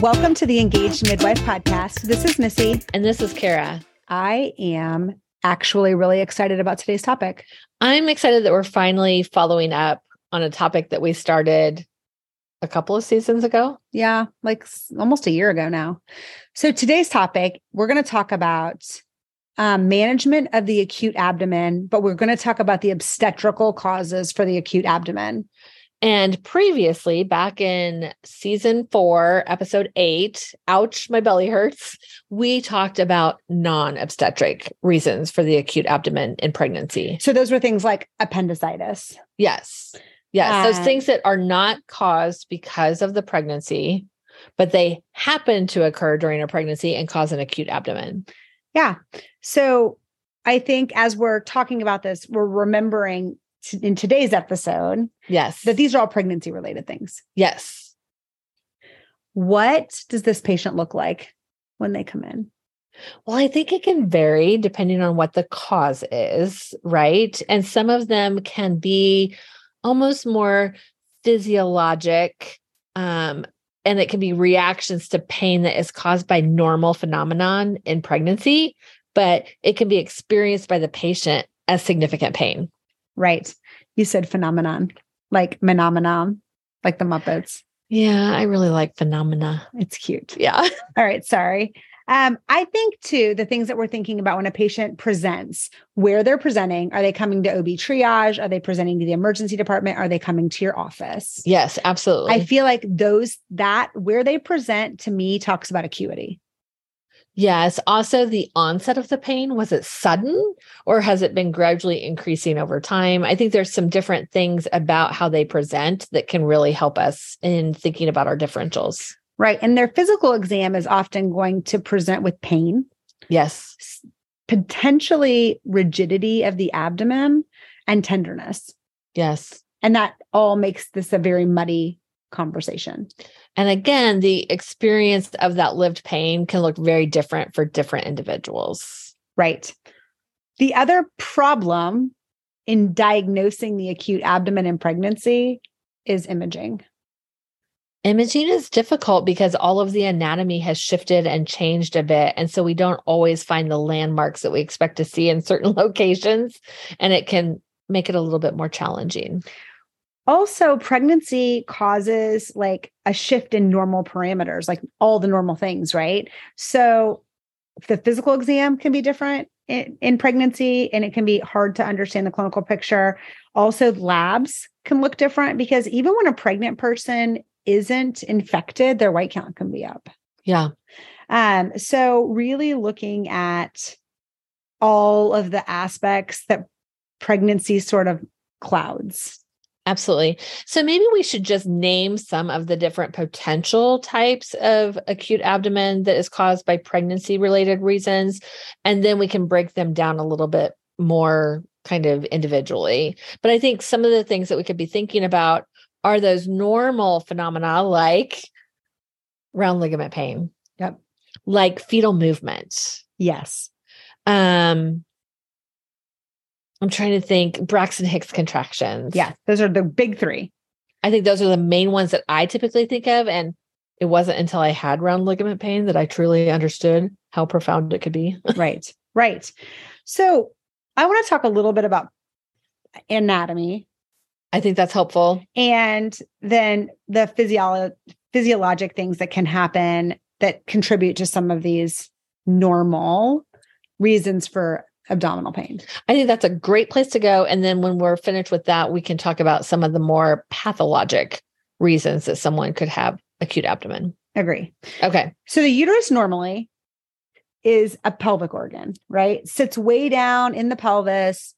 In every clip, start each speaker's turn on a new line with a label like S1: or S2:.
S1: Welcome to the Engaged Midwife Podcast. This is Missy.
S2: And this is Kara.
S1: I am actually really excited about today's topic.
S2: I'm excited that we're finally following up on a topic that we started a couple of seasons ago.
S1: Yeah, like s- almost a year ago now. So, today's topic, we're going to talk about um, management of the acute abdomen, but we're going to talk about the obstetrical causes for the acute abdomen.
S2: And previously, back in season four, episode eight, ouch, my belly hurts, we talked about non obstetric reasons for the acute abdomen in pregnancy.
S1: So, those were things like appendicitis.
S2: Yes. Yes.
S1: Uh,
S2: Those things that are not caused because of the pregnancy, but they happen to occur during a pregnancy and cause an acute abdomen.
S1: Yeah. So I think as we're talking about this, we're remembering t- in today's episode
S2: Yes.
S1: that these are all pregnancy related things.
S2: yes.
S1: What does this patient look like when they come in?
S2: Well, I think it can vary depending on what the cause is, right? And some of them can be almost more physiologic, um, and it can be reactions to pain that is caused by normal phenomenon in pregnancy, but it can be experienced by the patient as significant pain.
S1: Right. You said phenomenon, like phenomenon, like the Muppets.
S2: Yeah, I really like phenomena.
S1: It's cute.
S2: Yeah.
S1: All right. Sorry. Um, I think too, the things that we're thinking about when a patient presents, where they're presenting, are they coming to OB triage? Are they presenting to the emergency department? Are they coming to your office?
S2: Yes, absolutely.
S1: I feel like those that where they present to me talks about acuity.
S2: Yes. Also, the onset of the pain was it sudden or has it been gradually increasing over time? I think there's some different things about how they present that can really help us in thinking about our differentials.
S1: Right. And their physical exam is often going to present with pain,
S2: Yes.
S1: s- potentially rigidity of the abdomen and tenderness.
S2: Yes.
S1: And that all makes this a very muddy conversation.
S2: And again, the experience of that lived pain can look very different for different individuals.
S1: Right. The other problem in diagnosing the acute abdomen in pregnancy is imaging.
S2: Imaging is difficult because all of the anatomy has shifted and changed a bit. And so we don't always find the landmarks that we expect to see in certain locations. And it can make it a little bit more challenging.
S1: also pregnancy causes like a shift in normal parameters like all the normal things right so the physical exam can be different in, in pregnancy and it can be hard to understand the clinical picture also labs can look different because even when a pregnant person isn't infected their white count can be up
S2: Yeah.
S1: um, so really looking at all of the aspects that pregnancy sort of clouds
S2: Absolutely. So maybe we should just name some of the different potential types of acute abdomen that is caused by pregnancy related reasons. And then we can break them down a little bit more kind of individually. But I think some of the things that we could be thinking about are those normal phenomena like round ligament pain.
S1: Yep.
S2: Like fetal movement.
S1: yes
S2: Um I'm trying to think Braxton Hicks contractions.
S1: Yeah, those are the big three.
S2: I think those are the main ones that I typically think of. And it wasn't until I had round ligament pain that I truly understood how profound it could be.
S1: right. Right. So I want to talk a little bit about anatomy
S2: I think that's helpful.
S1: and then the physiolo- physiologic things that can happen that contribute to some of these normal reasons for abdominal pain.
S2: I think that's a great place to go. And then when we're finished with that, we can talk about some of the more pathologic reasons that someone could have acute abdomen.
S1: Agree.
S2: Okay.
S1: So the uterus normally is a pelvic organ, right? Sits way down in the pelvis,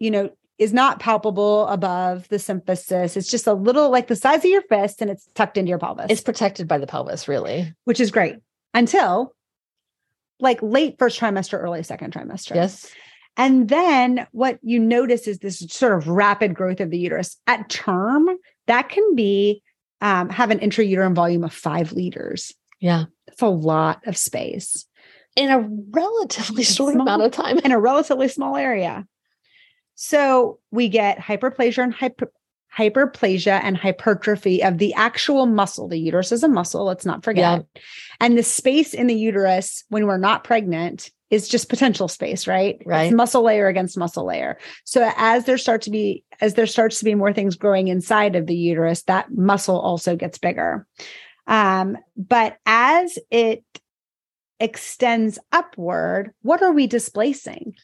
S1: you know, is not palpable above the symphysis. It's just a little like the size of your fist and it's tucked into your pelvis,
S2: It's protected by the pelvis, really.
S1: which is great until like late first trimester, early second trimester.
S2: Yes.
S1: And then what you notice is this sort of rapid growth of the uterus at term that can be um, have an intrauterine volume of five liters.
S2: Yeah.
S1: That's a lot of space.
S2: In a relatively
S1: It's
S2: short
S1: small.
S2: amount of time.
S1: in a relatively small area. So we get hyperplasia and hyper, hyperplasia and hypertrophy of the actual muscle. The uterus is a muscle, let's not forget. Yeah. And the space in the uterus when we're not pregnant is just potential space, right?
S2: Right.
S1: It's muscle layer against muscle layer. So as there start to be as there starts to be more things growing inside of the uterus, that muscle also gets bigger. Um, but as it extends upward, what are we displacing?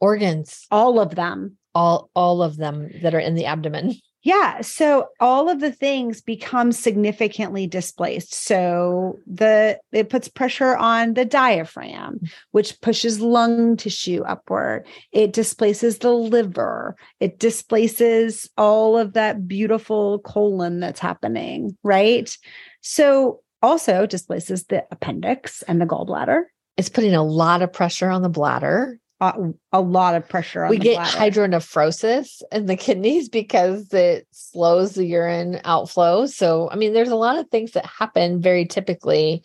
S2: Organs.
S1: All of them.
S2: All all of them that are in the abdomen.
S1: Yeah. So all of the things become significantly displaced. So the it puts pressure on the diaphragm,
S2: Mm.
S1: which pushes lung tissue upward. It displaces the liver. It displaces all of that beautiful colon that's happening, right? So also displaces the appendix and the gallbladder.
S2: It's putting a lot of pressure on the bladder.
S1: A, a, lot of pressure on
S2: we get
S1: bladder.
S2: hydronephrosis in the kidneys because it slows the urine outflow so i mean there's a lot of things that happen very typically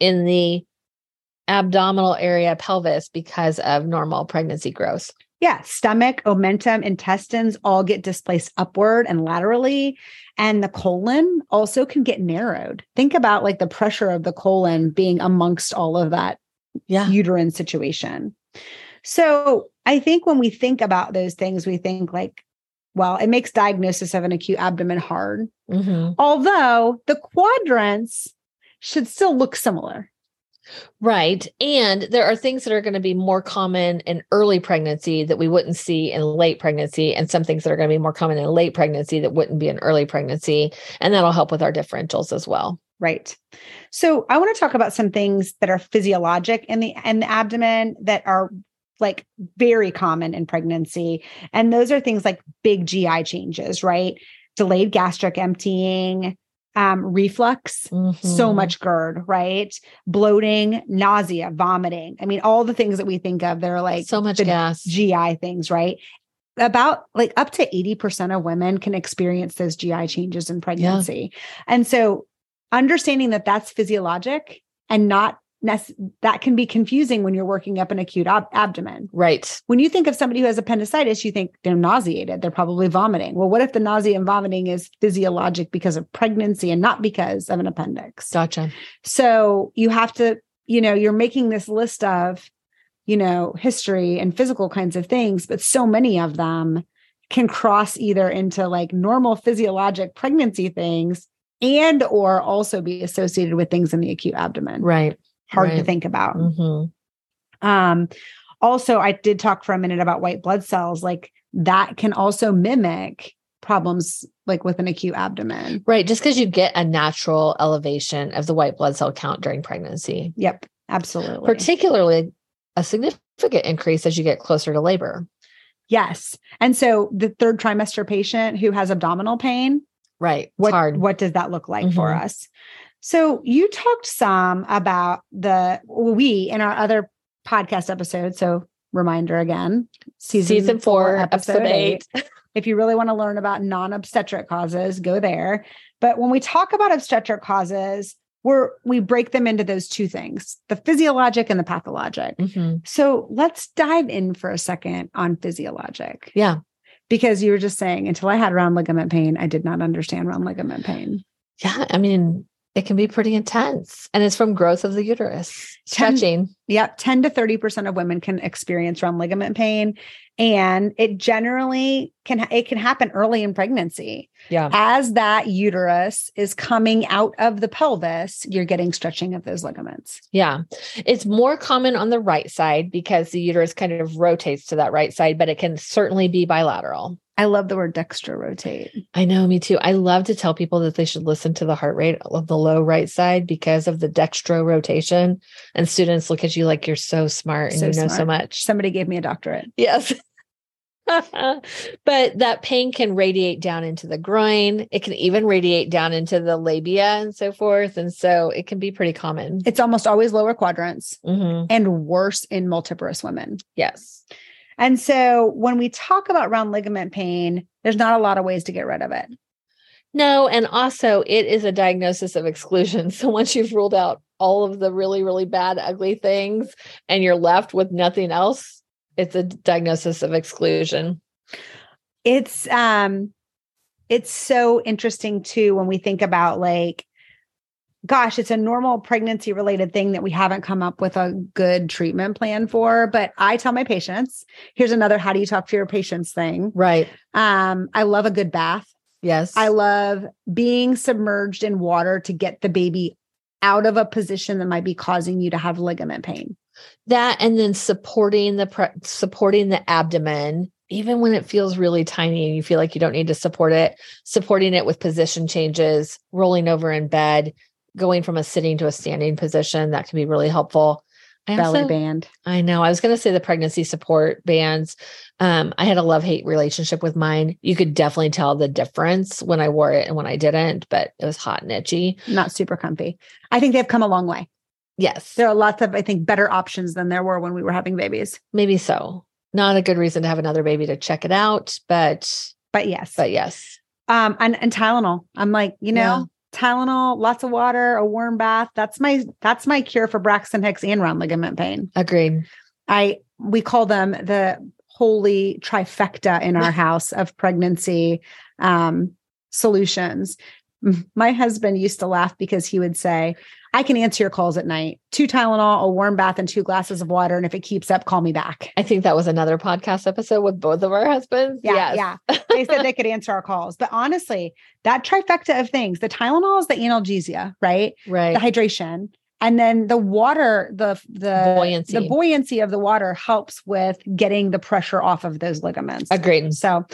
S2: in the abdominal area pelvis because of normal pregnancy growth
S1: yeah stomach omentum intestines all get displaced upward and laterally and the colon also can get narrowed think about like the pressure of the colon being amongst all of that
S2: yeah.
S1: uterine situation so I think when we think about those things, we think like, well, it makes diagnosis of an acute abdomen hard.
S2: Mm-hmm.
S1: Although the quadrants should still look similar.
S2: Right. And there are things that are going to be more common in early pregnancy that we wouldn't see in late pregnancy, and some things that are going to be more common in late pregnancy that wouldn't be in early pregnancy. And that'll help with our differentials as well.
S1: Right. So I want to talk about some things that are physiologic in the in the abdomen that are like very common in pregnancy. And those are things like big GI changes, right? Delayed gastric emptying, um, reflux, mm-hmm.
S2: Hmm.
S1: so much GERD, right? Bloating, nausea, vomiting. I mean, all the things that we think of, they're like
S2: so much gas,
S1: GI things, right? About like up to 80% of women can experience those GI changes in pregnancy. Yeah. And so understanding that that's physiologic and not that can be confusing when you're working up an acute ab- abdomen.
S2: Right.
S1: When you think of somebody who has appendicitis, you think they're nauseated, they're probably vomiting. Well, what if the nausea and vomiting is physiologic because of pregnancy and not because of an appendix?
S2: Gotcha.
S1: So you have to, you know, you're making this list of, you know, history and physical kinds of things, but so many of them can cross either into like normal physiologic pregnancy things and or also be associated with things in the acute abdomen.
S2: Right
S1: hard right. to think about.
S2: Mm-hmm.
S1: Um, also, I did talk for a minute about white blood cells. Like that can also mimic problems like with an acute abdomen.
S2: Right. Just because you get a natural elevation of the white blood cell count during pregnancy.
S1: Yep. Absolutely.
S2: Particularly a significant increase as you get closer to labor.
S1: Yes. And so the third trimester patient who has abdominal pain.
S2: Right.
S1: What, what does that look like mm-hmm. for us? So you talked some about the we in our other podcast episode. So reminder again,
S2: season, season four, four episode, episode, eight. eight.
S1: if you really want to learn about non-obstetric causes, go there. But when we talk about obstetric causes, we're we break them into those two things, the physiologic and the pathologic.
S2: Mm-hmm.
S1: So let's dive in for a second on physiologic.
S2: Yeah.
S1: Because you were just saying, until I had round ligament pain, I did not understand round ligament pain.
S2: Yeah. I mean, it can be pretty intense and it's from growth of the uterus stretching 10,
S1: yep 10 to 30% of women can experience round ligament pain and it generally can it can happen early in pregnancy
S2: yeah
S1: as that uterus is coming out of the pelvis you're getting stretching of those ligaments
S2: yeah it's more common on the right side because the uterus kind of rotates to that right side but it can certainly be bilateral
S1: I love the word dextra rotate.
S2: I know, me too. I love to tell people that they should listen to the heart rate of the low right side because of the dextro rotation. And students look at you like you're so smart and so you know smart. so much.
S1: Somebody gave me a doctorate.
S2: Yes. but that pain can radiate down into the groin. It can even radiate down into the labia and so forth. And so it can be pretty common.
S1: It's almost always lower quadrants
S2: mm-hmm.
S1: and worse in multiparous women.
S2: Yes.
S1: And so when we talk about round ligament pain, there's not a lot of ways to get rid of it.
S2: No, and also it is a diagnosis of exclusion. So once you've ruled out all of the really, really bad, ugly things and you're left with nothing else, it's a diagnosis of exclusion.
S1: It's um it's so interesting too when we think about like gosh, it's a normal pregnancy related thing that we haven't come up with a good treatment plan for. But I tell my patients, here's another how do you talk to your patients thing.
S2: Right.
S1: Um, I love a good bath.
S2: Yes.
S1: I love being submerged in water to get the baby out of a position that might be causing you to have ligament pain.
S2: that and then supporting the pre- supporting the abdomen even when it feels really tiny and you feel like you don't need to support it, supporting it with position changes, rolling over in bed, going from a sitting to a standing position, that can be really helpful. I
S1: Belly
S2: also-
S1: band.
S2: I know. I was going to say the pregnancy support bands. Um, I had a love hate relationship with mine. You could definitely tell the difference when I wore it and when I didn't, but it was hot and itchy.
S1: Not super comfy. I think they've come a long way.
S2: Yes,
S1: There are lots of, I think, better options than there were when we were having babies.
S2: maybe so. Not a good reason to have another baby to check it out, but
S1: But yes.
S2: but yes,
S1: um and, and tylenol i'm like you
S2: Yeah.
S1: know tylenol lots of water a warm bath that's my that's my cure for braxton hicks and round ligament pain
S2: agreed.
S1: i we call them the holy trifecta in our house of pregnancy um solutions M- my husband used to laugh because he would say i can answer your calls at night two tylenol a warm bath and two glasses of water and if it keeps up call me back
S2: I think that was another podcast episode with both of our husbands.
S1: yeah,
S2: Yes.
S1: yeah. They said they could answer our calls. But honestly, that trifecta of things, the Tylenol is the analgesia, right?
S2: right.
S1: The hydration. And then the water, the the
S2: Buoyancy.
S1: the buoyancy of the water helps with getting the pressure off of those ligaments.
S2: agreed.
S1: So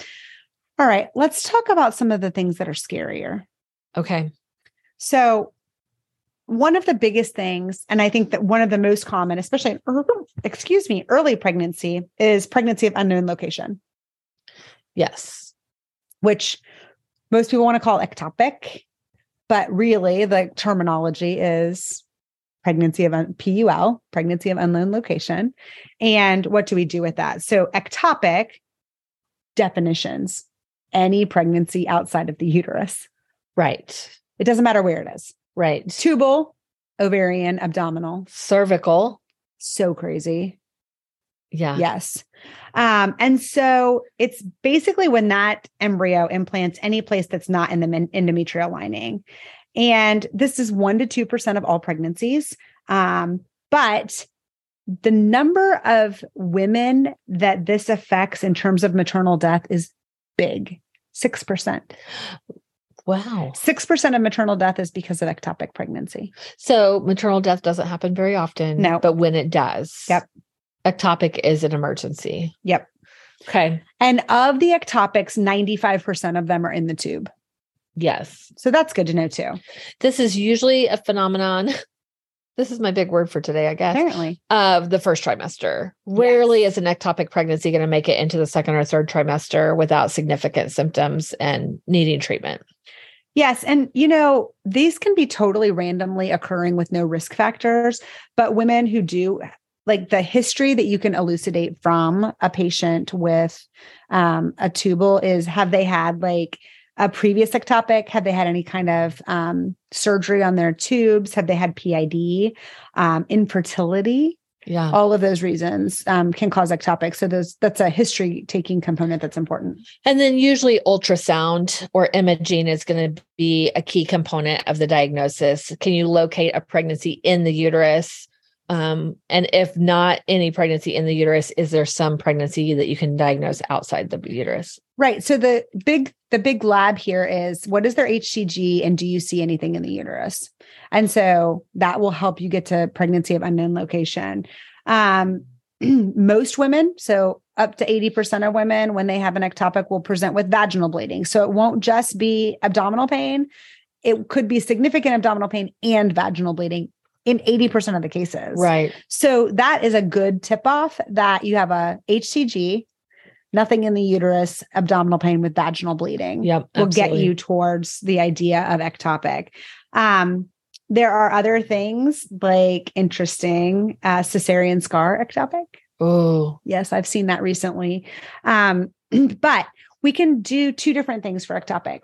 S1: all right, let's talk about some of the things that are scarier.
S2: Okay.
S1: So, one of the biggest things, and I think that one of the most common, especially in ear- excuse me, early pregnancy, is pregnancy of unknown location,
S2: Yes.
S1: which most people want to call ectopic, but really the terminology is pregnancy of un- PUL, pregnancy of unknown location. And what do we do with that? So, ectopic definitions any pregnancy outside of the uterus.
S2: Right.
S1: It doesn't matter where it is.
S2: Right.
S1: tubal, ovarian, abdominal.
S2: Cervical.
S1: So crazy.
S2: Yeah.
S1: Yes. Um, and so it's basically when that embryo implants any place that's not in the men- endometrial lining. And this is 1 to 2% of all pregnancies. Um, but the number of women that this affects in terms of maternal death is big 6%.
S2: Wow.
S1: 6% of maternal death is because of ectopic pregnancy.
S2: So maternal death doesn't happen very often.
S1: No.
S2: But when it does,
S1: Yep.
S2: Ectopic is an emergency.
S1: Yep.
S2: Okay.
S1: And of the ectopics, 95% of them are in the tube.
S2: Yes.
S1: So that's good to know too,
S2: This is usually a phenomenon. This is my big word for today, I guess.
S1: apparently.
S2: Of the first trimester. Rarely is an ectopic pregnancy going to make it into the second or third trimester without significant symptoms and needing treatment.
S1: Yes. And, you know, these can be totally randomly occurring with no risk factors, but women who do, like the history that you can elucidate from a patient with um, a tubal is have they had like a previous ectopic? Have they had any kind of um, surgery on their tubes? Have they had PID, um, infertility?
S2: Yeah.
S1: all of those reasons um, can cause ectopic. So those that's a history taking component that's important.
S2: And then usually ultrasound or imaging is going to be a key component of the diagnosis. Can you locate a pregnancy in the uterus? Um, and if not any pregnancy in the uterus, is there some pregnancy that you can diagnose outside the uterus?
S1: Right. So the big the big lab here is what is their HCG and do you see anything in the uterus? And so that will help you get to pregnancy of unknown location. Um, most women, so up to 80% of women when they have an ectopic will present with vaginal bleeding. So it won't just be abdominal pain. It could be significant abdominal pain and vaginal bleeding in 80% of the cases.
S2: Right.
S1: So that is a good tip off that you have a HCG, nothing in the uterus, abdominal pain with vaginal bleeding
S2: Yep.
S1: will
S2: absolutely.
S1: get you towards the idea of ectopic. Um, there are other things like interesting uh, cesarean scar ectopic.
S2: Oh,
S1: Yes, I've seen that recently. Um, but we can do two different things for ectopic.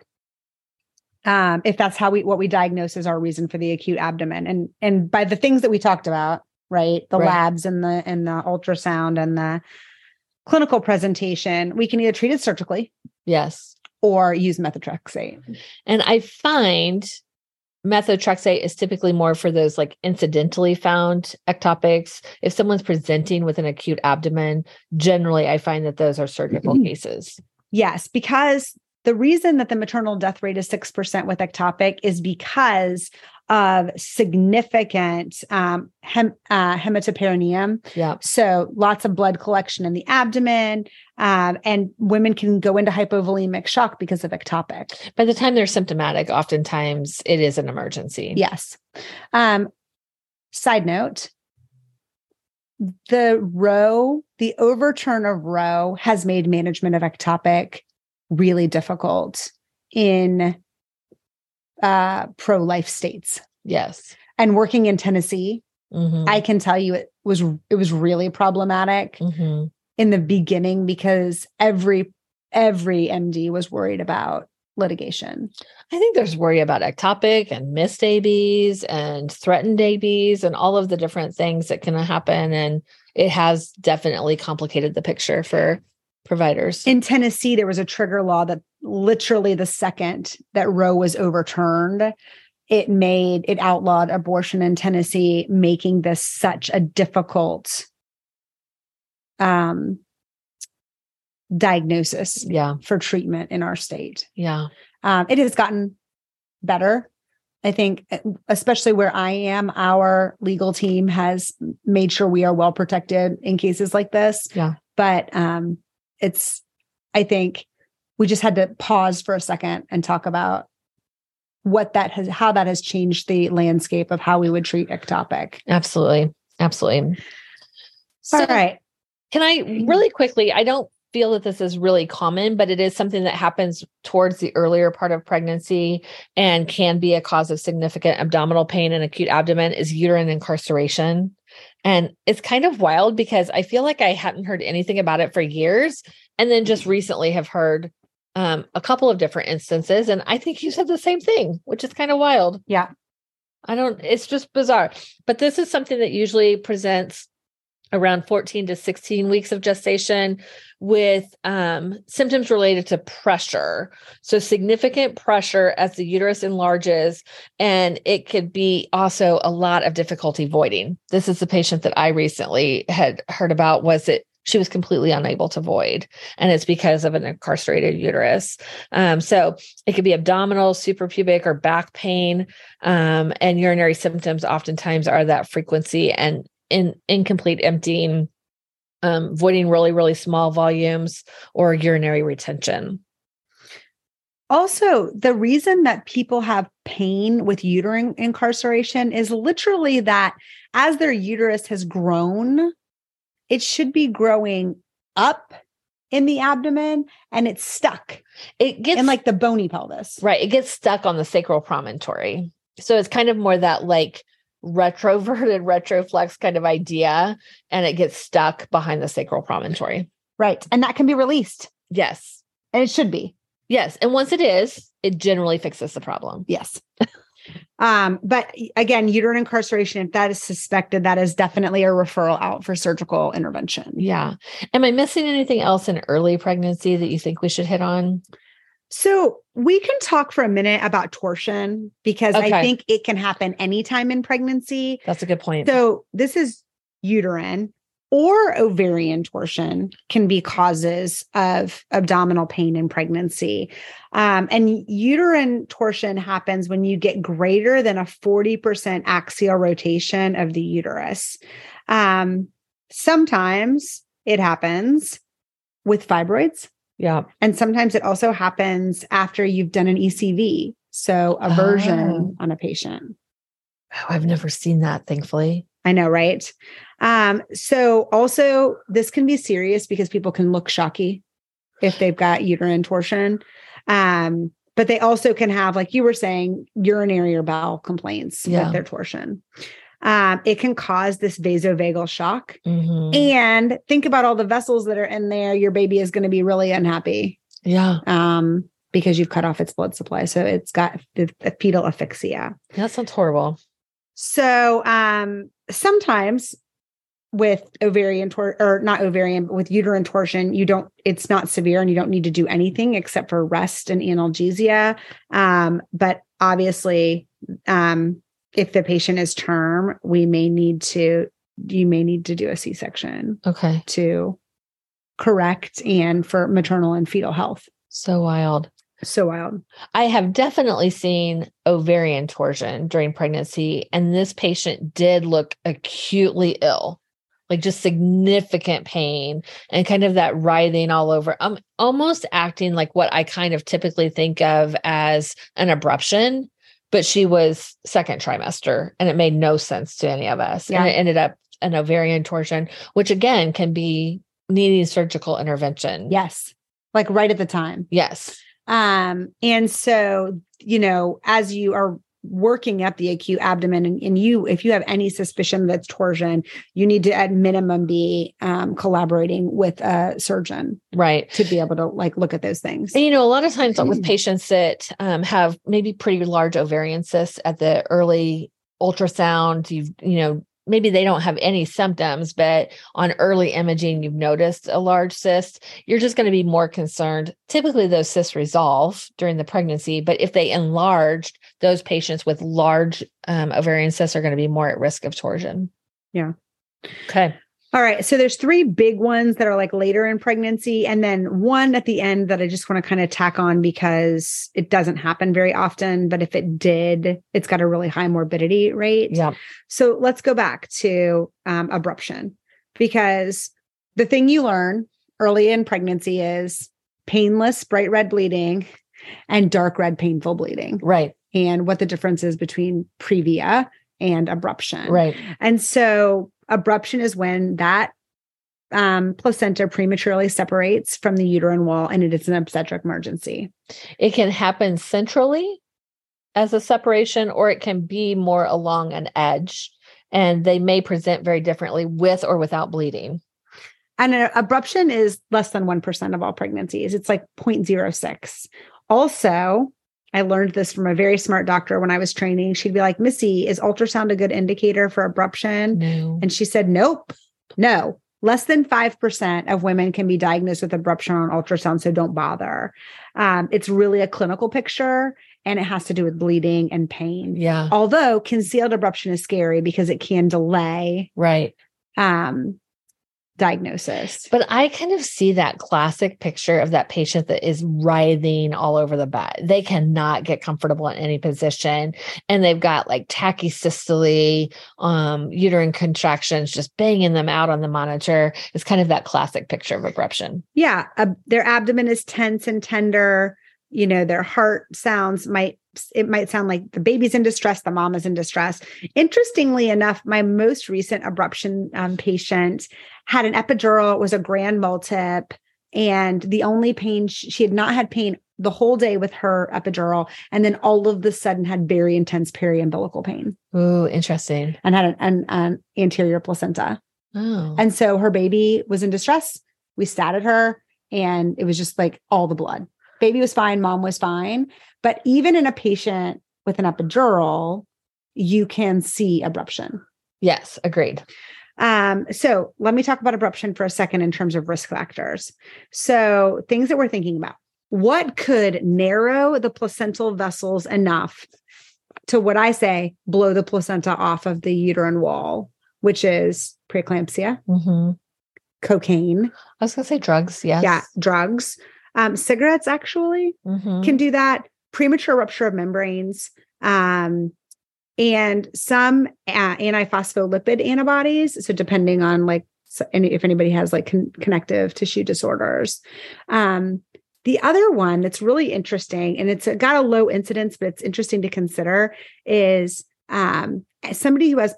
S1: Um, if that's how we what we diagnose is our reason for the acute abdomen. And and by the things that we talked about, right? The
S2: Right.
S1: labs and the and the ultrasound and the clinical presentation, we can either treat it surgically
S2: yes.
S1: or use methotrexate.
S2: And I find methotrexate is typically more for those like incidentally found ectopics. If someone's presenting with an acute abdomen, generally I find that those are surgical cases.
S1: Yes, because the reason that the maternal death rate is 6% with ectopic is because of significant um, hem- uh, hematoperitoneum.
S2: Yeah.
S1: So lots of blood collection in the abdomen. Um, and women can go into hypovolemic shock because of ectopic.
S2: By the time they're symptomatic, oftentimes it is an emergency.
S1: Yes. Um, side note the row, the overturn of row has made management of ectopic really difficult in uh, pro life states.
S2: Yes.
S1: And working in Tennessee,
S2: Mhm.
S1: I can tell you it was it was really problematic
S2: Mhm.
S1: in the beginning because every every MD was worried about litigation.
S2: I think there's worry about ectopic and missed ABs and threatened ABs and all of the different things that can happen. And it has definitely complicated the picture for providers.
S1: In Tennessee, there was a trigger law that literally the second that Roe was overturned, it made it outlawed abortion in Tennessee, making this such a difficult um, diagnosis
S2: yeah.
S1: for treatment in our state.
S2: Yeah.
S1: Um, it has gotten better. I think, eh, especially where I am, our legal team has made sure we are well protected in cases like this.
S2: Yeah.
S1: But um, it's, I think we just had to pause for a second and talk about what that has, how that has changed the landscape of how we would treat ectopic.
S2: Absolutely. Absolutely.
S1: All right.
S2: Can I really quickly? I don't feel that this is really common, but it is something that happens towards the earlier part of pregnancy and can be a cause of significant abdominal pain and acute abdomen is uterine incarceration. And it's kind of wild because I feel like I hadn't heard anything about it for years. And then just recently have heard um, a couple of different instances. And I think you said the same thing, which is kind of wild.
S1: Yeah.
S2: I don't, it's just bizarre. But this is something that usually presents around 14 to 16 weeks of gestation with um, symptoms related to pressure. So, significant pressure as the uterus enlarges, and it could be also a lot of difficulty voiding. This is the patient that I recently had heard about was it she was completely unable to void and it's because of an incarcerated uterus um, so it could be abdominal suprapubic or back pain um, and urinary symptoms oftentimes are that frequency and in incomplete emptying, um, voiding really, really small volumes or urinary retention.
S1: Also, the reason that people have pain with uterine incarceration is literally that as their uterus has grown, it should be growing up in the abdomen and it's stuck
S2: It gets
S1: in like the bony pelvis.
S2: right, it gets stuck on the sacral promontory. So it's kind of more that like retroverted retroflex kind of idea, and it gets stuck behind the sacral promontory.
S1: Right. And that can be released
S2: Yes.
S1: and it should be.
S2: Yes. And once it is, it generally fixes the problem.
S1: Yes. um, but again, uterine incarceration, if that is suspected, that is definitely a referral out for surgical intervention.
S2: Yeah. Am I missing anything else in early pregnancy that you think we should hit on?
S1: So we can talk for a minute about torsion because
S2: Okay.
S1: I think it can happen anytime in pregnancy.
S2: That's a good point.
S1: So this is uterine or ovarian torsion can be causes of abdominal pain in pregnancy. Um, and uterine torsion happens when you get greater than a 40% axial rotation of the uterus. Um, sometimes it happens with fibroids.
S2: yeah.
S1: And sometimes it also happens after you've done an ECV, so aversion on a patient.
S2: Oh, I've never seen that, thankfully.
S1: I know, right? Um, so also this can be serious because people can look shocky if they've got uterine torsion. Um, but they also can have, like you were saying, urinary or bowel complaints
S2: Yeah.
S1: with their torsion. Um, it can cause this vasovagal shock.
S2: Mhm.
S1: And think about all the vessels that are in there. Your baby is going to be really unhappy
S2: yeah.
S1: um, because you've cut off its blood supply. So it's got the, the fetal asphyxia.
S2: That sounds horrible.
S1: So um, sometimes with ovarian tor- or not ovarian but with uterine torsion you don't it's not severe and you don't need to do anything except for rest and analgesia um, but obviously um, if the patient is term we may need to you may need to do a c-section
S2: Okay.
S1: to correct and for maternal and fetal health
S2: So wild.
S1: so um, wild
S2: I have definitely seen ovarian torsion during pregnancy, and this patient did look acutely ill, like just significant pain and kind of that writhing all over. I'm almost acting like what I kind of typically think of as an abruption, but she was second trimester, and it made no sense to any of us. And
S1: Yeah.
S2: it ended up an ovarian torsion, which again can be needing surgical intervention.
S1: yes like right at the time
S2: Yes.
S1: Um, and so, you know, as you are working up the acute abdomen and, and you, if you have any suspicion that's torsion, you need to at minimum be um, collaborating with a surgeon
S2: Right.
S1: to be able to like look at those things.
S2: And, you know, a lot of times with patients that um, have maybe pretty large ovarian cysts at the early ultrasound, you've, you know, maybe they don't have any symptoms, but on early imaging, you've noticed a large cyst, you're just going to be more concerned. Typically, those cysts resolve during the pregnancy, but if they enlarged, those patients with large um, ovarian cysts are going to be more at risk of torsion.
S1: Yeah.
S2: Okay.
S1: All right. So there's three big ones that are like later in pregnancy, and then one at the end that I just want to kind of tack on because it doesn't happen very often. But if it did, it's got a really high morbidity rate.
S2: Yeah.
S1: So let's go back to um, abruption because the thing you learn early in pregnancy is painless bright red bleeding and dark red painful bleeding,
S2: Right.
S1: and what the difference is between previa and abruption.
S2: Right.
S1: And so abruption is when that um, placenta prematurely separates from the uterine wall and it is an obstetric emergency.
S2: It can happen centrally as a separation, or it can be more along an edge. And they may present very differently with or without bleeding.
S1: And uh, abruption is less than 1% of all pregnancies. It's like 0.06. Also, I learned this from a very smart doctor when I was training. She'd be like, Missy, is ultrasound a good indicator for abruption?
S2: No.
S1: And she said, Nope, no. Less than 5% of women can be diagnosed with abruption on ultrasound, so don't bother. Um, it's really a clinical picture and it has to do with bleeding and pain.
S2: Yeah.
S1: Although concealed abruption is scary because it can delay
S2: Right.
S1: um, diagnosis.
S2: But I kind of see that classic picture of that patient that is writhing all over the bed. They cannot get comfortable in any position. And they've got like tachycystole, um, uterine contractions just banging them out on the monitor. It's kind of that classic picture of abruption.
S1: yeah, ab- their abdomen is tense and tender. You know, their heart sounds might it might sound like the baby's in distress, the mom is in distress. Interestingly enough, my most recent abruption um, patient had an epidural, it was a grand multip, and the only pain sh- she had not had pain the whole day with her epidural, and then all of the sudden had very intense periumbilical pain
S2: Ooh, interesting.
S1: and had an, an, an anterior placenta.
S2: Oh.
S1: And so her baby was in distress. We sat at her and it was just like all the blood. Baby was fine, mom was fine. But even in a patient with an epidural, you can see abruption.
S2: Yes, agreed.
S1: Um, so let me talk about abruption for a second in terms of risk factors. So, things that we're thinking about what could narrow the placental vessels enough to what I say, blow the placenta off of the uterine wall, which is preeclampsia,
S2: hmm
S1: cocaine,
S2: I was going to say drugs. Yes.
S1: Mm-hmm. yeah drugs um cigarettes actually
S2: Mhm.
S1: can do that premature rupture of membranes um and some uh, antiphospholipid antibodies so depending on like s- any, if anybody has like con- connective tissue disorders um the other one that's really interesting and it's got a low incidence but it's interesting to consider is um as somebody who has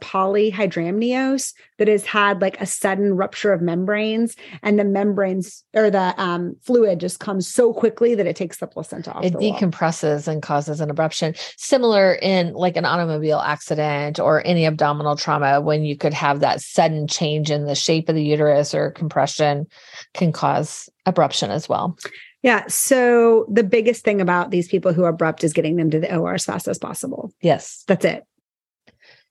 S1: polyhydramnios that has had like a sudden rupture of membranes and the membranes or the um, fluid just comes so quickly that it takes the placenta off
S2: It
S1: the wall.
S2: decompresses and causes an abruption, similar in like an automobile accident or any abdominal trauma, when you could have that sudden change in the shape of the uterus or compression can cause abruption as well.
S1: Yeah. So the biggest thing about these people who are abrupt is getting them to the OR as fast as possible.
S2: Yes.
S1: That's it.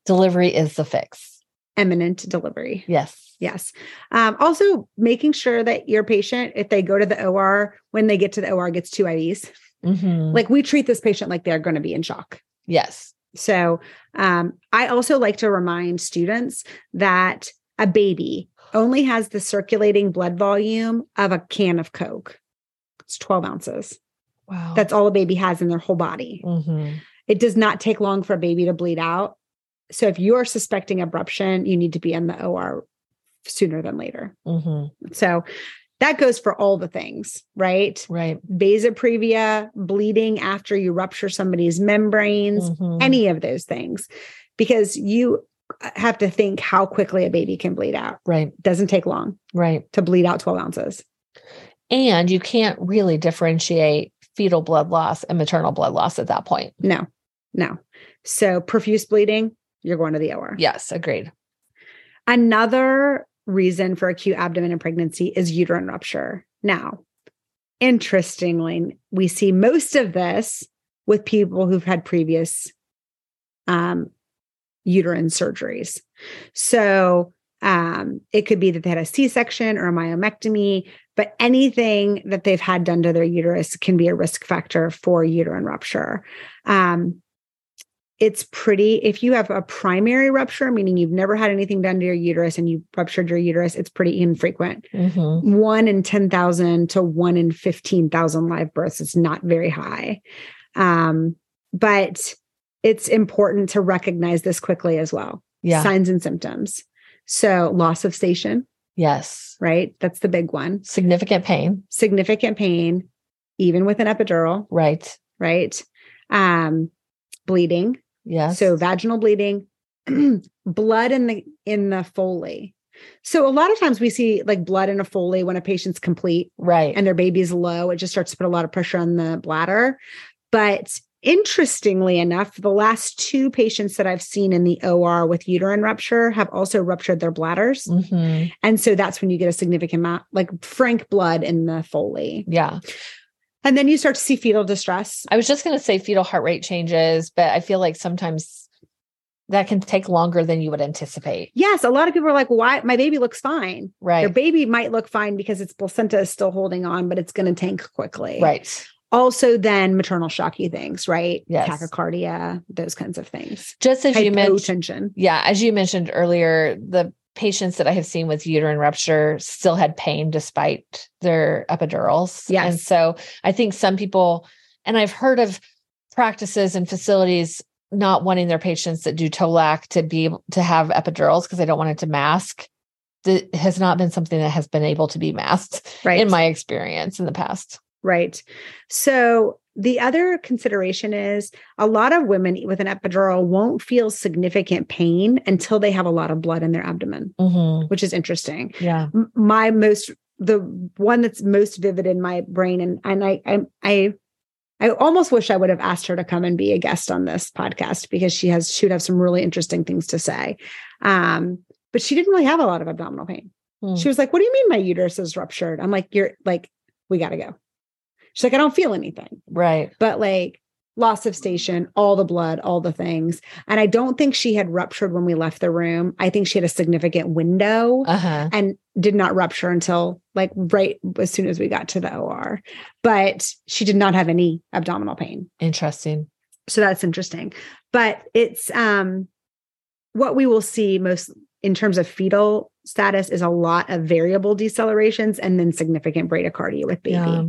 S2: Delivery is the fix.
S1: imminent delivery.
S2: Yes.
S1: Yes. Um, also, making sure that your patient, if they go to the OR, when they get to the OR, gets two IVs.
S2: Mhm.
S1: Like we treat this patient like they're going to be in shock.
S2: Yes.
S1: So um, I also like to remind students that a baby only has the circulating blood volume of a can of Coke. It's 12 ounces.
S2: Wow.
S1: That's all a baby has in their whole body.
S2: Mhm.
S1: It does not take long for a baby to bleed out. So if you're suspecting abruption, you need to be in the OR sooner than later.
S2: Mhm.
S1: So that goes for all the things, right?
S2: Right.
S1: Vasoprevia, bleeding after you rupture somebody's membranes,
S2: Mhm.
S1: any of those things because you have to think how quickly a baby can bleed out.
S2: Right.
S1: It doesn't take long
S2: Right.
S1: to bleed out 12 ounces.
S2: And you can't really differentiate fetal blood loss and maternal blood loss at that point.
S1: No, no. So profuse bleeding, you're going to the OR.
S2: Yes. Agreed.
S1: Another reason for acute abdomen in pregnancy is uterine rupture. Now, interestingly, we see most of this with people who've had previous um, uterine surgeries. So um, it could be that they had a C section or a myomectomy, but anything that they've had done to their uterus can be a risk factor for uterine rupture. Um, it's pretty if you have a primary rupture meaning you've never had anything done to your uterus and you ruptured your uterus it's pretty infrequent
S2: hmm
S1: one in 10,000 to one in 15,000 live births is not very high um, but it's important to recognize this quickly as well
S2: Yeah.
S1: signs and symptoms so loss of station
S2: yes.
S1: right that's the big one
S2: Significant pain.
S1: significant pain even with an epidural
S2: Right.
S1: right um, bleeding
S2: Yes.
S1: so vaginal bleeding, blood in the in the Foley. So a lot of times we see like blood in a Foley when a patient's complete
S2: right.
S1: and their baby's low. It just starts to put a lot of pressure on the bladder. But interestingly enough, the last two patients that I've seen in the OR with uterine rupture have also ruptured their bladders.
S2: hmm
S1: And so that's when you get a significant amount, like frank blood in the Foley.
S2: Yeah.
S1: And then you start to see fetal distress.
S2: I was just going to say fetal heart rate changes, but I feel like sometimes that can take longer than you would anticipate.
S1: Yes, a lot of people are like, why my baby looks fine. Your
S2: Right.
S1: baby might look fine because its placenta is still holding on, but it's going to tank quickly.
S2: Right.
S1: Also, then maternal shocky things, right?
S2: Yes.
S1: Tachycardia, those kinds of things.
S2: Just as you mentioned,
S1: Hypotension.
S2: yeah, as you mentioned earlier, the patients that I have seen with uterine rupture still had pain despite their epidurals.
S1: Yes.
S2: And so I think some people, and I've heard of practices and facilities not wanting their patients that do Tolac to be able to have epidurals because they don't want it to mask. That has not been something that has been able to be masked
S1: Right.
S2: in my experience in the past.
S1: right. So, the other consideration is a lot of women with an epidural won't feel significant pain until they have a lot of blood in their abdomen,
S2: Mm-hmm.
S1: which is interesting.
S2: Yeah.
S1: m- my most the one that's most vivid in my brain and and I I I I almost wish I would have asked her to come and be a guest on this podcast because she has she would have some really interesting things to say. Um but she didn't really have a lot of abdominal pain.
S2: Hmm.
S1: She was like, "What do you mean my uterus is ruptured?" I'm like, "You're like we got to go." She's like, "I don't feel anything."
S2: Right.
S1: But like loss of station, all the blood, all the things. And I don't think she had ruptured when we left the room. I think she had a significant window
S2: Uh huh.
S1: and did not rupture until like right as soon as we got to the OR. But she did not have any abdominal pain.
S2: Interesting.
S1: So that's interesting. But it's um what we will see most in terms of fetal status is a lot of variable decelerations and then significant bradycardia with baby.
S2: Yeah.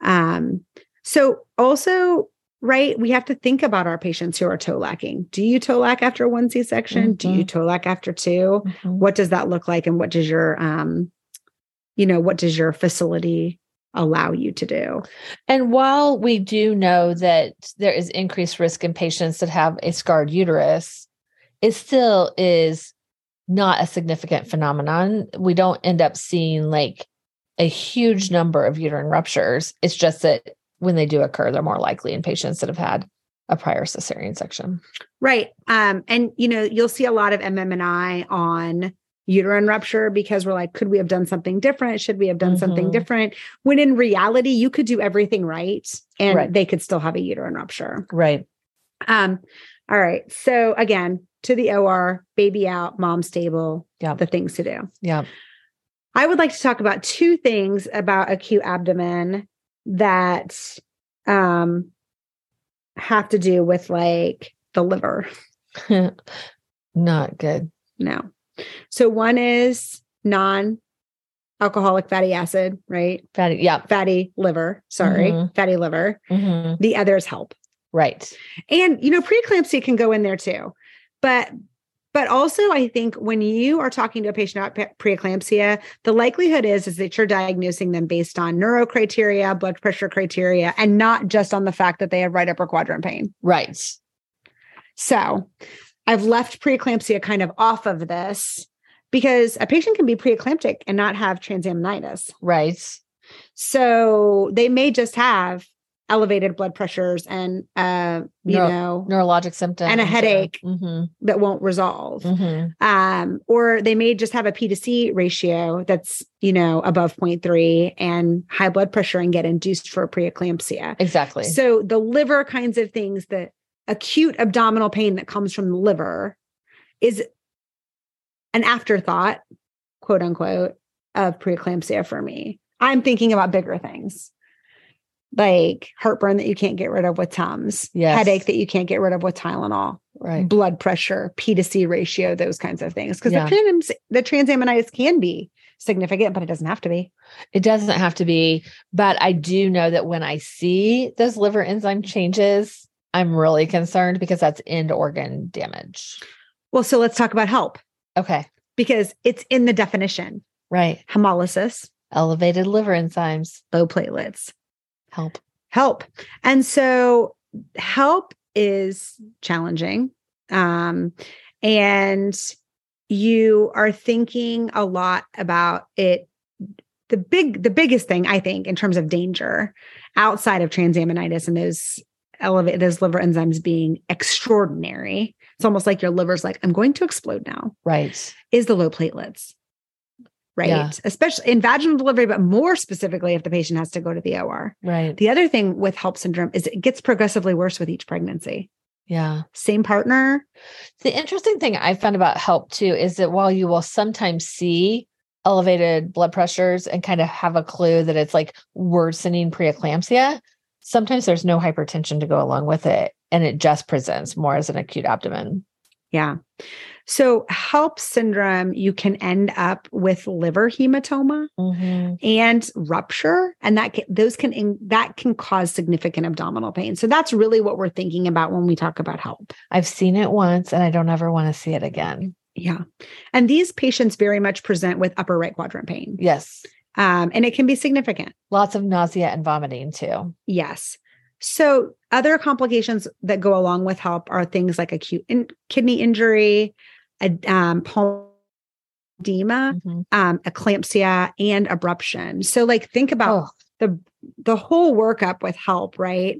S1: Um, so also, right, we have to think about our patients who are toe lacking. Do you toe lack after one C section? Do you toe lack after two?
S2: Mhm.
S1: what does that look like and what does your um you know what does your facility allow you to do
S2: And while we do know that there is increased risk in patients that have a scarred uterus, it still is not a significant phenomenon. We don't end up seeing like a huge number of uterine ruptures. It's just that when they do occur, they're more likely in patients that have had a prior cesarean section.
S1: right um and you know you'll see a lot of mmni on uterine rupture because we're like could we have done something different should we have done something
S2: Mhm.
S1: different when in reality you could do everything right and
S2: Right.
S1: they could still have a uterine rupture
S2: Right.
S1: um All right. So again, to the OR, baby out, mom stable,
S2: Yeah.
S1: the things to do.
S2: Yeah.
S1: I would like to talk about two things about acute abdomen that um have to do with like the liver.
S2: Not good.
S1: No. So one is non-alcoholic fatty acid, right?
S2: Fatty. Yeah.
S1: Fatty liver, sorry,
S2: Mhm.
S1: fatty liver.
S2: Mhm.
S1: The other is help.
S2: Right.
S1: and you know preeclampsia can go in there too but but also i think when you are talking to a patient about pre- preeclampsia the likelihood is is that you're diagnosing them based on neuro criteria blood pressure criteria and not just on the fact that they have right upper quadrant pain
S2: Right.
S1: so i've left preeclampsia kind of off of this because a patient can be preeclamptic and not have transaminitis
S2: Right.
S1: so they may just have elevated blood pressures and uh you
S2: Neuro-
S1: know
S2: Neurologic symptoms
S1: And a headache.
S2: hmm
S1: that won't resolve
S2: hmm
S1: um, or they may just have a P to C ratio that's you know above 0.3 and high blood pressure and get induced for preeclampsia.
S2: Exactly.
S1: So the liver kinds of things, the acute abdominal pain that comes from the liver, is an afterthought, quote unquote, of preeclampsia for me. I'm thinking about bigger things. Like heartburn that you can't get rid of with Tums,
S2: Yes.
S1: headache that you can't get rid of with Tylenol,
S2: right.
S1: blood pressure, P to C ratio, those kinds of things. Because
S2: Yeah.
S1: the, trans- the transaminitis can be significant, but it doesn't have to be.
S2: It doesn't have to be, but I do know that when I see those liver enzyme changes, I'm really concerned because that's end organ damage.
S1: Well, so let's talk about help
S2: Okay.
S1: because it's in the definition
S2: Right.
S1: hemolysis,
S2: Elevated liver enzymes
S1: low platelets,
S2: help.
S1: help. And so help is challenging. Um, and you are thinking a lot about it. The big, the biggest thing I think in terms of danger outside of transaminitis and those elevate those liver enzymes being extraordinary. It's almost like your liver's like, I'm going to explode now,
S2: Right.
S1: is the low platelets. Right.
S2: Yeah.
S1: Especially in vaginal delivery, but more specifically if the patient has to go to the OR.
S2: Right.
S1: The other thing with HELP syndrome is it gets progressively worse with each pregnancy.
S2: Yeah.
S1: Same partner.
S2: The interesting thing I found about help too is that while you will sometimes see elevated blood pressures and kind of have a clue that it's like worsening preeclampsia, sometimes there's no hypertension to go along with it. And it just presents more as an acute abdomen.
S1: Yeah. So, HELP syndrome, you can end up with liver hematoma
S2: Mm-hmm.
S1: and rupture, and that can, those can in, that can cause significant abdominal pain. So that's really what we're thinking about when we talk about HELP.
S2: I've seen it once and I don't ever want to see it again.
S1: Yeah, and these patients very much present with upper right quadrant pain,
S2: Yes.
S1: um, and it can be significant.
S2: Lots of nausea and vomiting too.
S1: Yes. So, other complications that go along with help are things like acute in- kidney injury, ed- um, pulmonary edema,
S2: Mhm.
S1: um, eclampsia, and abruption. So, like, think about
S2: Oh,
S1: the whole workup with help, right?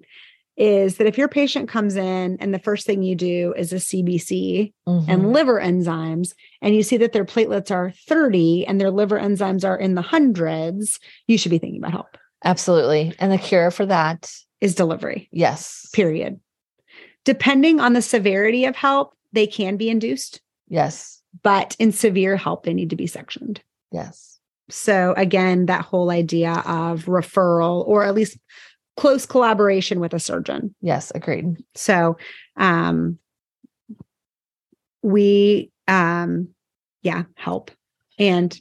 S1: Is that if your patient comes in and the first thing you do is a CBC and
S2: mhm.
S1: liver enzymes, and you see that their platelets are 30 and their liver enzymes are in the hundreds, you should be thinking about help
S2: absolutely. And the cure for that,
S1: is delivery.
S2: yes.
S1: period. Depending on the severity of help, they can be induced,
S2: Yes.
S1: but in severe help, they need to be sectioned.
S2: Yes.
S1: So, again, that whole idea of referral or at least close collaboration with a surgeon.
S2: Yes. Agreed.
S1: So, um, we, um, yeah, help and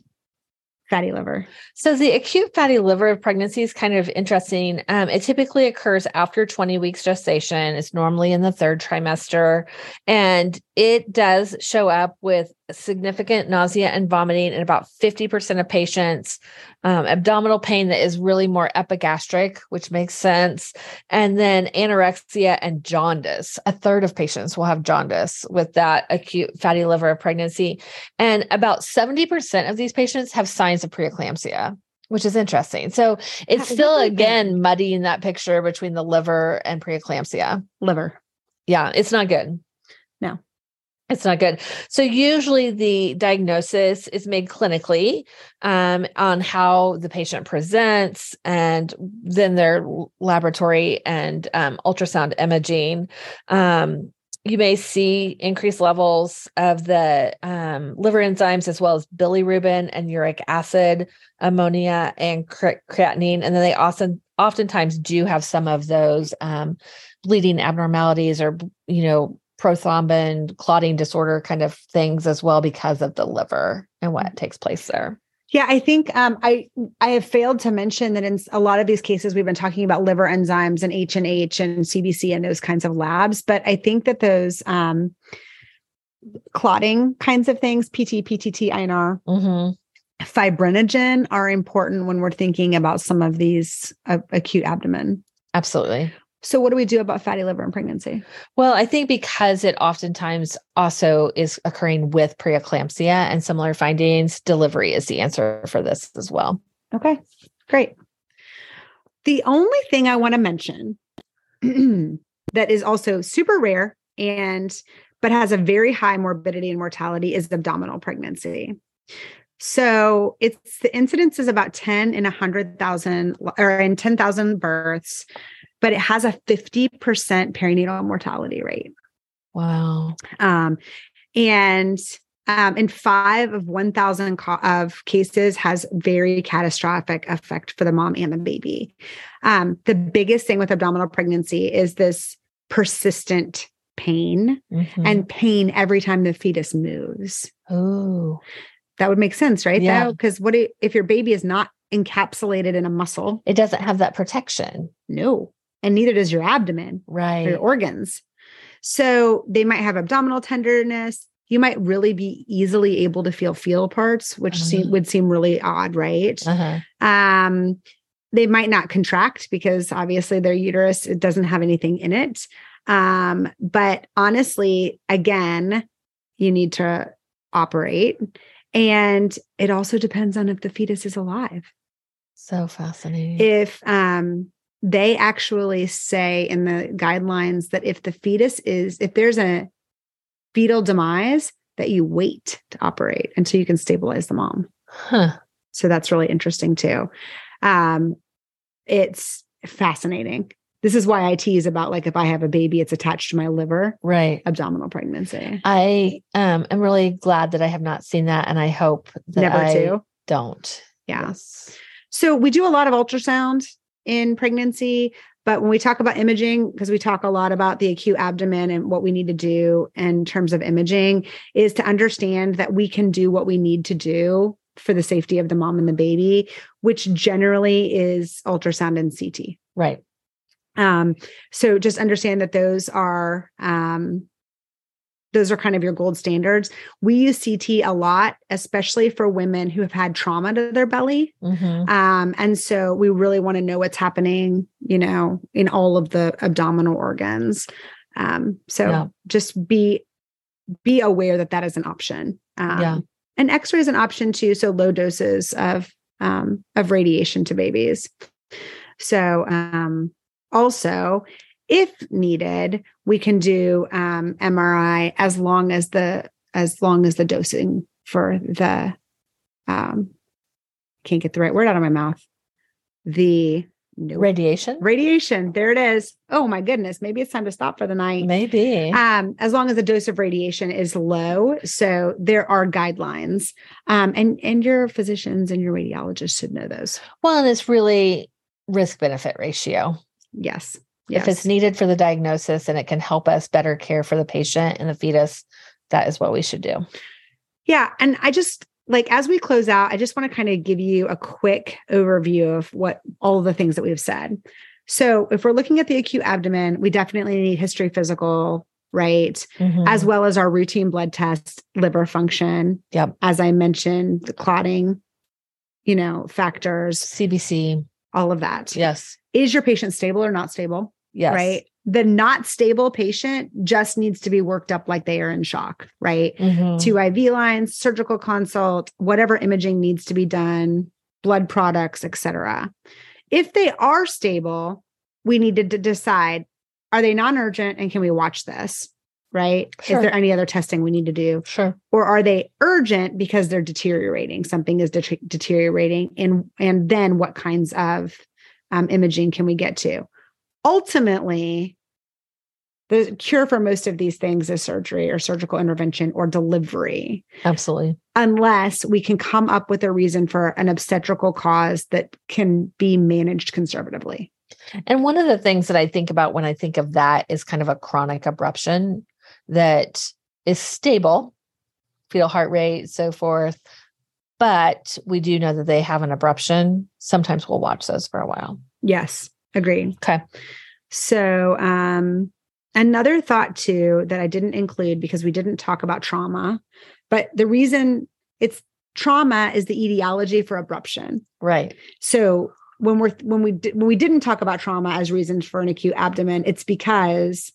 S1: fatty liver.
S2: So the acute fatty liver of pregnancy is kind of interesting. Um, it typically occurs after 20 weeks gestation. It's normally in the third trimester, and it does show up with significant nausea and vomiting in about 50% of patients. Um, abdominal pain that is really more epigastric, which makes sense, and then anorexia and jaundice. A third of patients will have jaundice with that acute fatty liver of pregnancy. And about 70% of these patients have signs of preeclampsia, which is interesting. So it's
S1: Yeah,
S2: still,
S1: that's okay.
S2: again, muddying that picture between the liver and preeclampsia.
S1: Liver.
S2: Yeah, it's not good.
S1: No.
S2: It's not good. So usually the diagnosis is made clinically um, on how the patient presents and then their laboratory and um, ultrasound imaging. Um, you may see increased levels of the um, liver enzymes as well as bilirubin and uric acid, ammonia, and cre- creatinine. And then they also oftentimes do have some of those um, bleeding abnormalities or, you know, prothrombin, clotting disorder kind of things as well because of the liver and what takes place there.
S1: Yeah, I think um, I I have failed to mention that in a lot of these cases we've been talking about liver enzymes and H and H and CBC and those kinds of labs, but I think that those um, clotting kinds of things, PT, PTT, INR, mm-hmm. fibrinogen, are important when we're thinking about some of these uh, acute abdomen.
S2: Absolutely.
S1: So, what do we do about fatty liver in pregnancy?
S2: Well, I think because it oftentimes also is occurring with preeclampsia and similar findings, delivery is the answer for this as well.
S1: Okay, great. The only thing I want to mention that is also super rare and but has a very high morbidity and mortality is abdominal pregnancy. So it's the incidence is about 10 in 100,000 or in 10,000 births but it has a 50% perinatal mortality rate.
S2: Wow.
S1: Um, and um, in five of 1,000 co- of cases has very catastrophic effect for the mom and the baby. Um, the biggest thing with abdominal pregnancy is this persistent pain mm-hmm. and pain every time the fetus moves.
S2: Oh,
S1: that would make sense, right? Yeah. Because what if your baby is not encapsulated in a muscle?
S2: It doesn't have that protection.
S1: No and neither does your abdomen
S2: right
S1: your organs so they might have abdominal tenderness you might really be easily able to feel feel parts which uh-huh. seem, would seem really odd right uh-huh. um, they might not contract because obviously their uterus it doesn't have anything in it um, but honestly again you need to operate and it also depends on if the fetus is alive
S2: so fascinating
S1: if um they actually say in the guidelines that if the fetus is if there's a fetal demise that you wait to operate until you can stabilize the mom
S2: huh.
S1: so that's really interesting too um, it's fascinating this is why I tease about like if I have a baby, it's attached to my liver,
S2: right?
S1: Abdominal pregnancy.
S2: I um, am really glad that I have not seen that, and I hope that
S1: Never
S2: I
S1: do.
S2: don't.
S1: Yeah. Yes. So we do a lot of ultrasound in pregnancy. But when we talk about imaging, because we talk a lot about the acute abdomen and what we need to do in terms of imaging, is to understand that we can do what we need to do for the safety of the mom and the baby, which generally is ultrasound and CT.
S2: Right.
S1: Um, so just understand that those are um, those are kind of your gold standards. We use CT a lot, especially for women who have had trauma to their belly. Mm-hmm. Um, and so we really want to know what's happening, you know, in all of the abdominal organs. Um, so yeah. just be be aware that that is an option. Um, yeah. And X-ray is an option too. So low doses of um, of radiation to babies. So um, also if needed we can do um, mri as long as the as long as the dosing for the um can't get the right word out of my mouth the
S2: nope. radiation
S1: radiation there it is oh my goodness maybe it's time to stop for the night
S2: maybe
S1: um as long as the dose of radiation is low so there are guidelines um and and your physicians and your radiologists should know those
S2: well and it's really risk benefit ratio
S1: yes
S2: Yes. if it's needed for the diagnosis and it can help us better care for the patient and the fetus that is what we should do
S1: yeah and i just like as we close out i just want to kind of give you a quick overview of what all the things that we've said so if we're looking at the acute abdomen we definitely need history physical right mm-hmm. as well as our routine blood test liver function
S2: yep
S1: as i mentioned the clotting you know factors
S2: cbc
S1: all of that
S2: yes
S1: is your patient stable or not stable
S2: Yes.
S1: Right. The not stable patient just needs to be worked up like they are in shock, right? Mm-hmm. Two IV lines, surgical consult, whatever imaging needs to be done, blood products, etc. If they are stable, we need to d- decide are they non urgent and can we watch this? Right? Sure. Is there any other testing we need to do?
S2: Sure.
S1: Or are they urgent because they're deteriorating? Something is de- deteriorating, and and then what kinds of um, imaging can we get to? ultimately the cure for most of these things is surgery or surgical intervention or delivery,
S2: Absolutely.
S1: unless we can come up with a reason for an obstetrical cause that can be managed conservatively.
S2: And one of the things that I think about when I think of that is kind of a chronic abruption that is stable, fetal heart rate, so forth. But we do know that they have an abruption. Sometimes we'll watch those for a while.
S1: Yes, agreed.
S2: Okay.
S1: So, um, another thought too that I didn't include because we didn't talk about trauma, but the reason it's trauma is the etiology for abruption.
S2: Right.
S1: So when we're when we di- when we didn't talk about trauma as reasons for an acute abdomen, it's because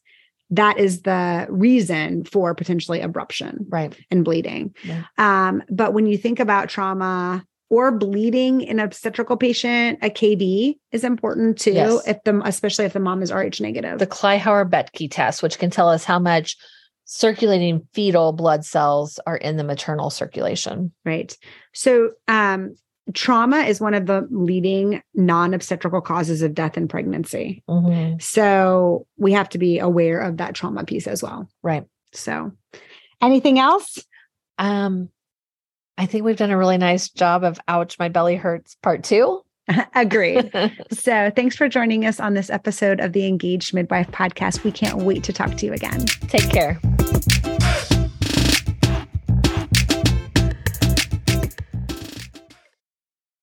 S1: that is the reason for potentially abruption
S2: Right.
S1: and bleeding.
S2: Yeah.
S1: Um, but when you think about trauma or bleeding in an obstetrical patient, a KB is important too.
S2: Yes.
S1: If the especially if the mom is Rh negative.
S2: The Kleihauer Betke test, which can tell us how much circulating fetal blood cells are in the maternal circulation.
S1: Right. So, um, trauma is one of the leading non obstetrical causes of death in pregnancy.
S2: Mhm.
S1: So, we have to be aware of that trauma piece as well.
S2: Right.
S1: So, anything else?
S2: Um, I think we've done a really nice job of ouch, my belly hurts part two.
S1: Agreed. so, thanks for joining us on this episode of the Engaged Midwife podcast. We can't wait to talk to you again.
S2: Take care.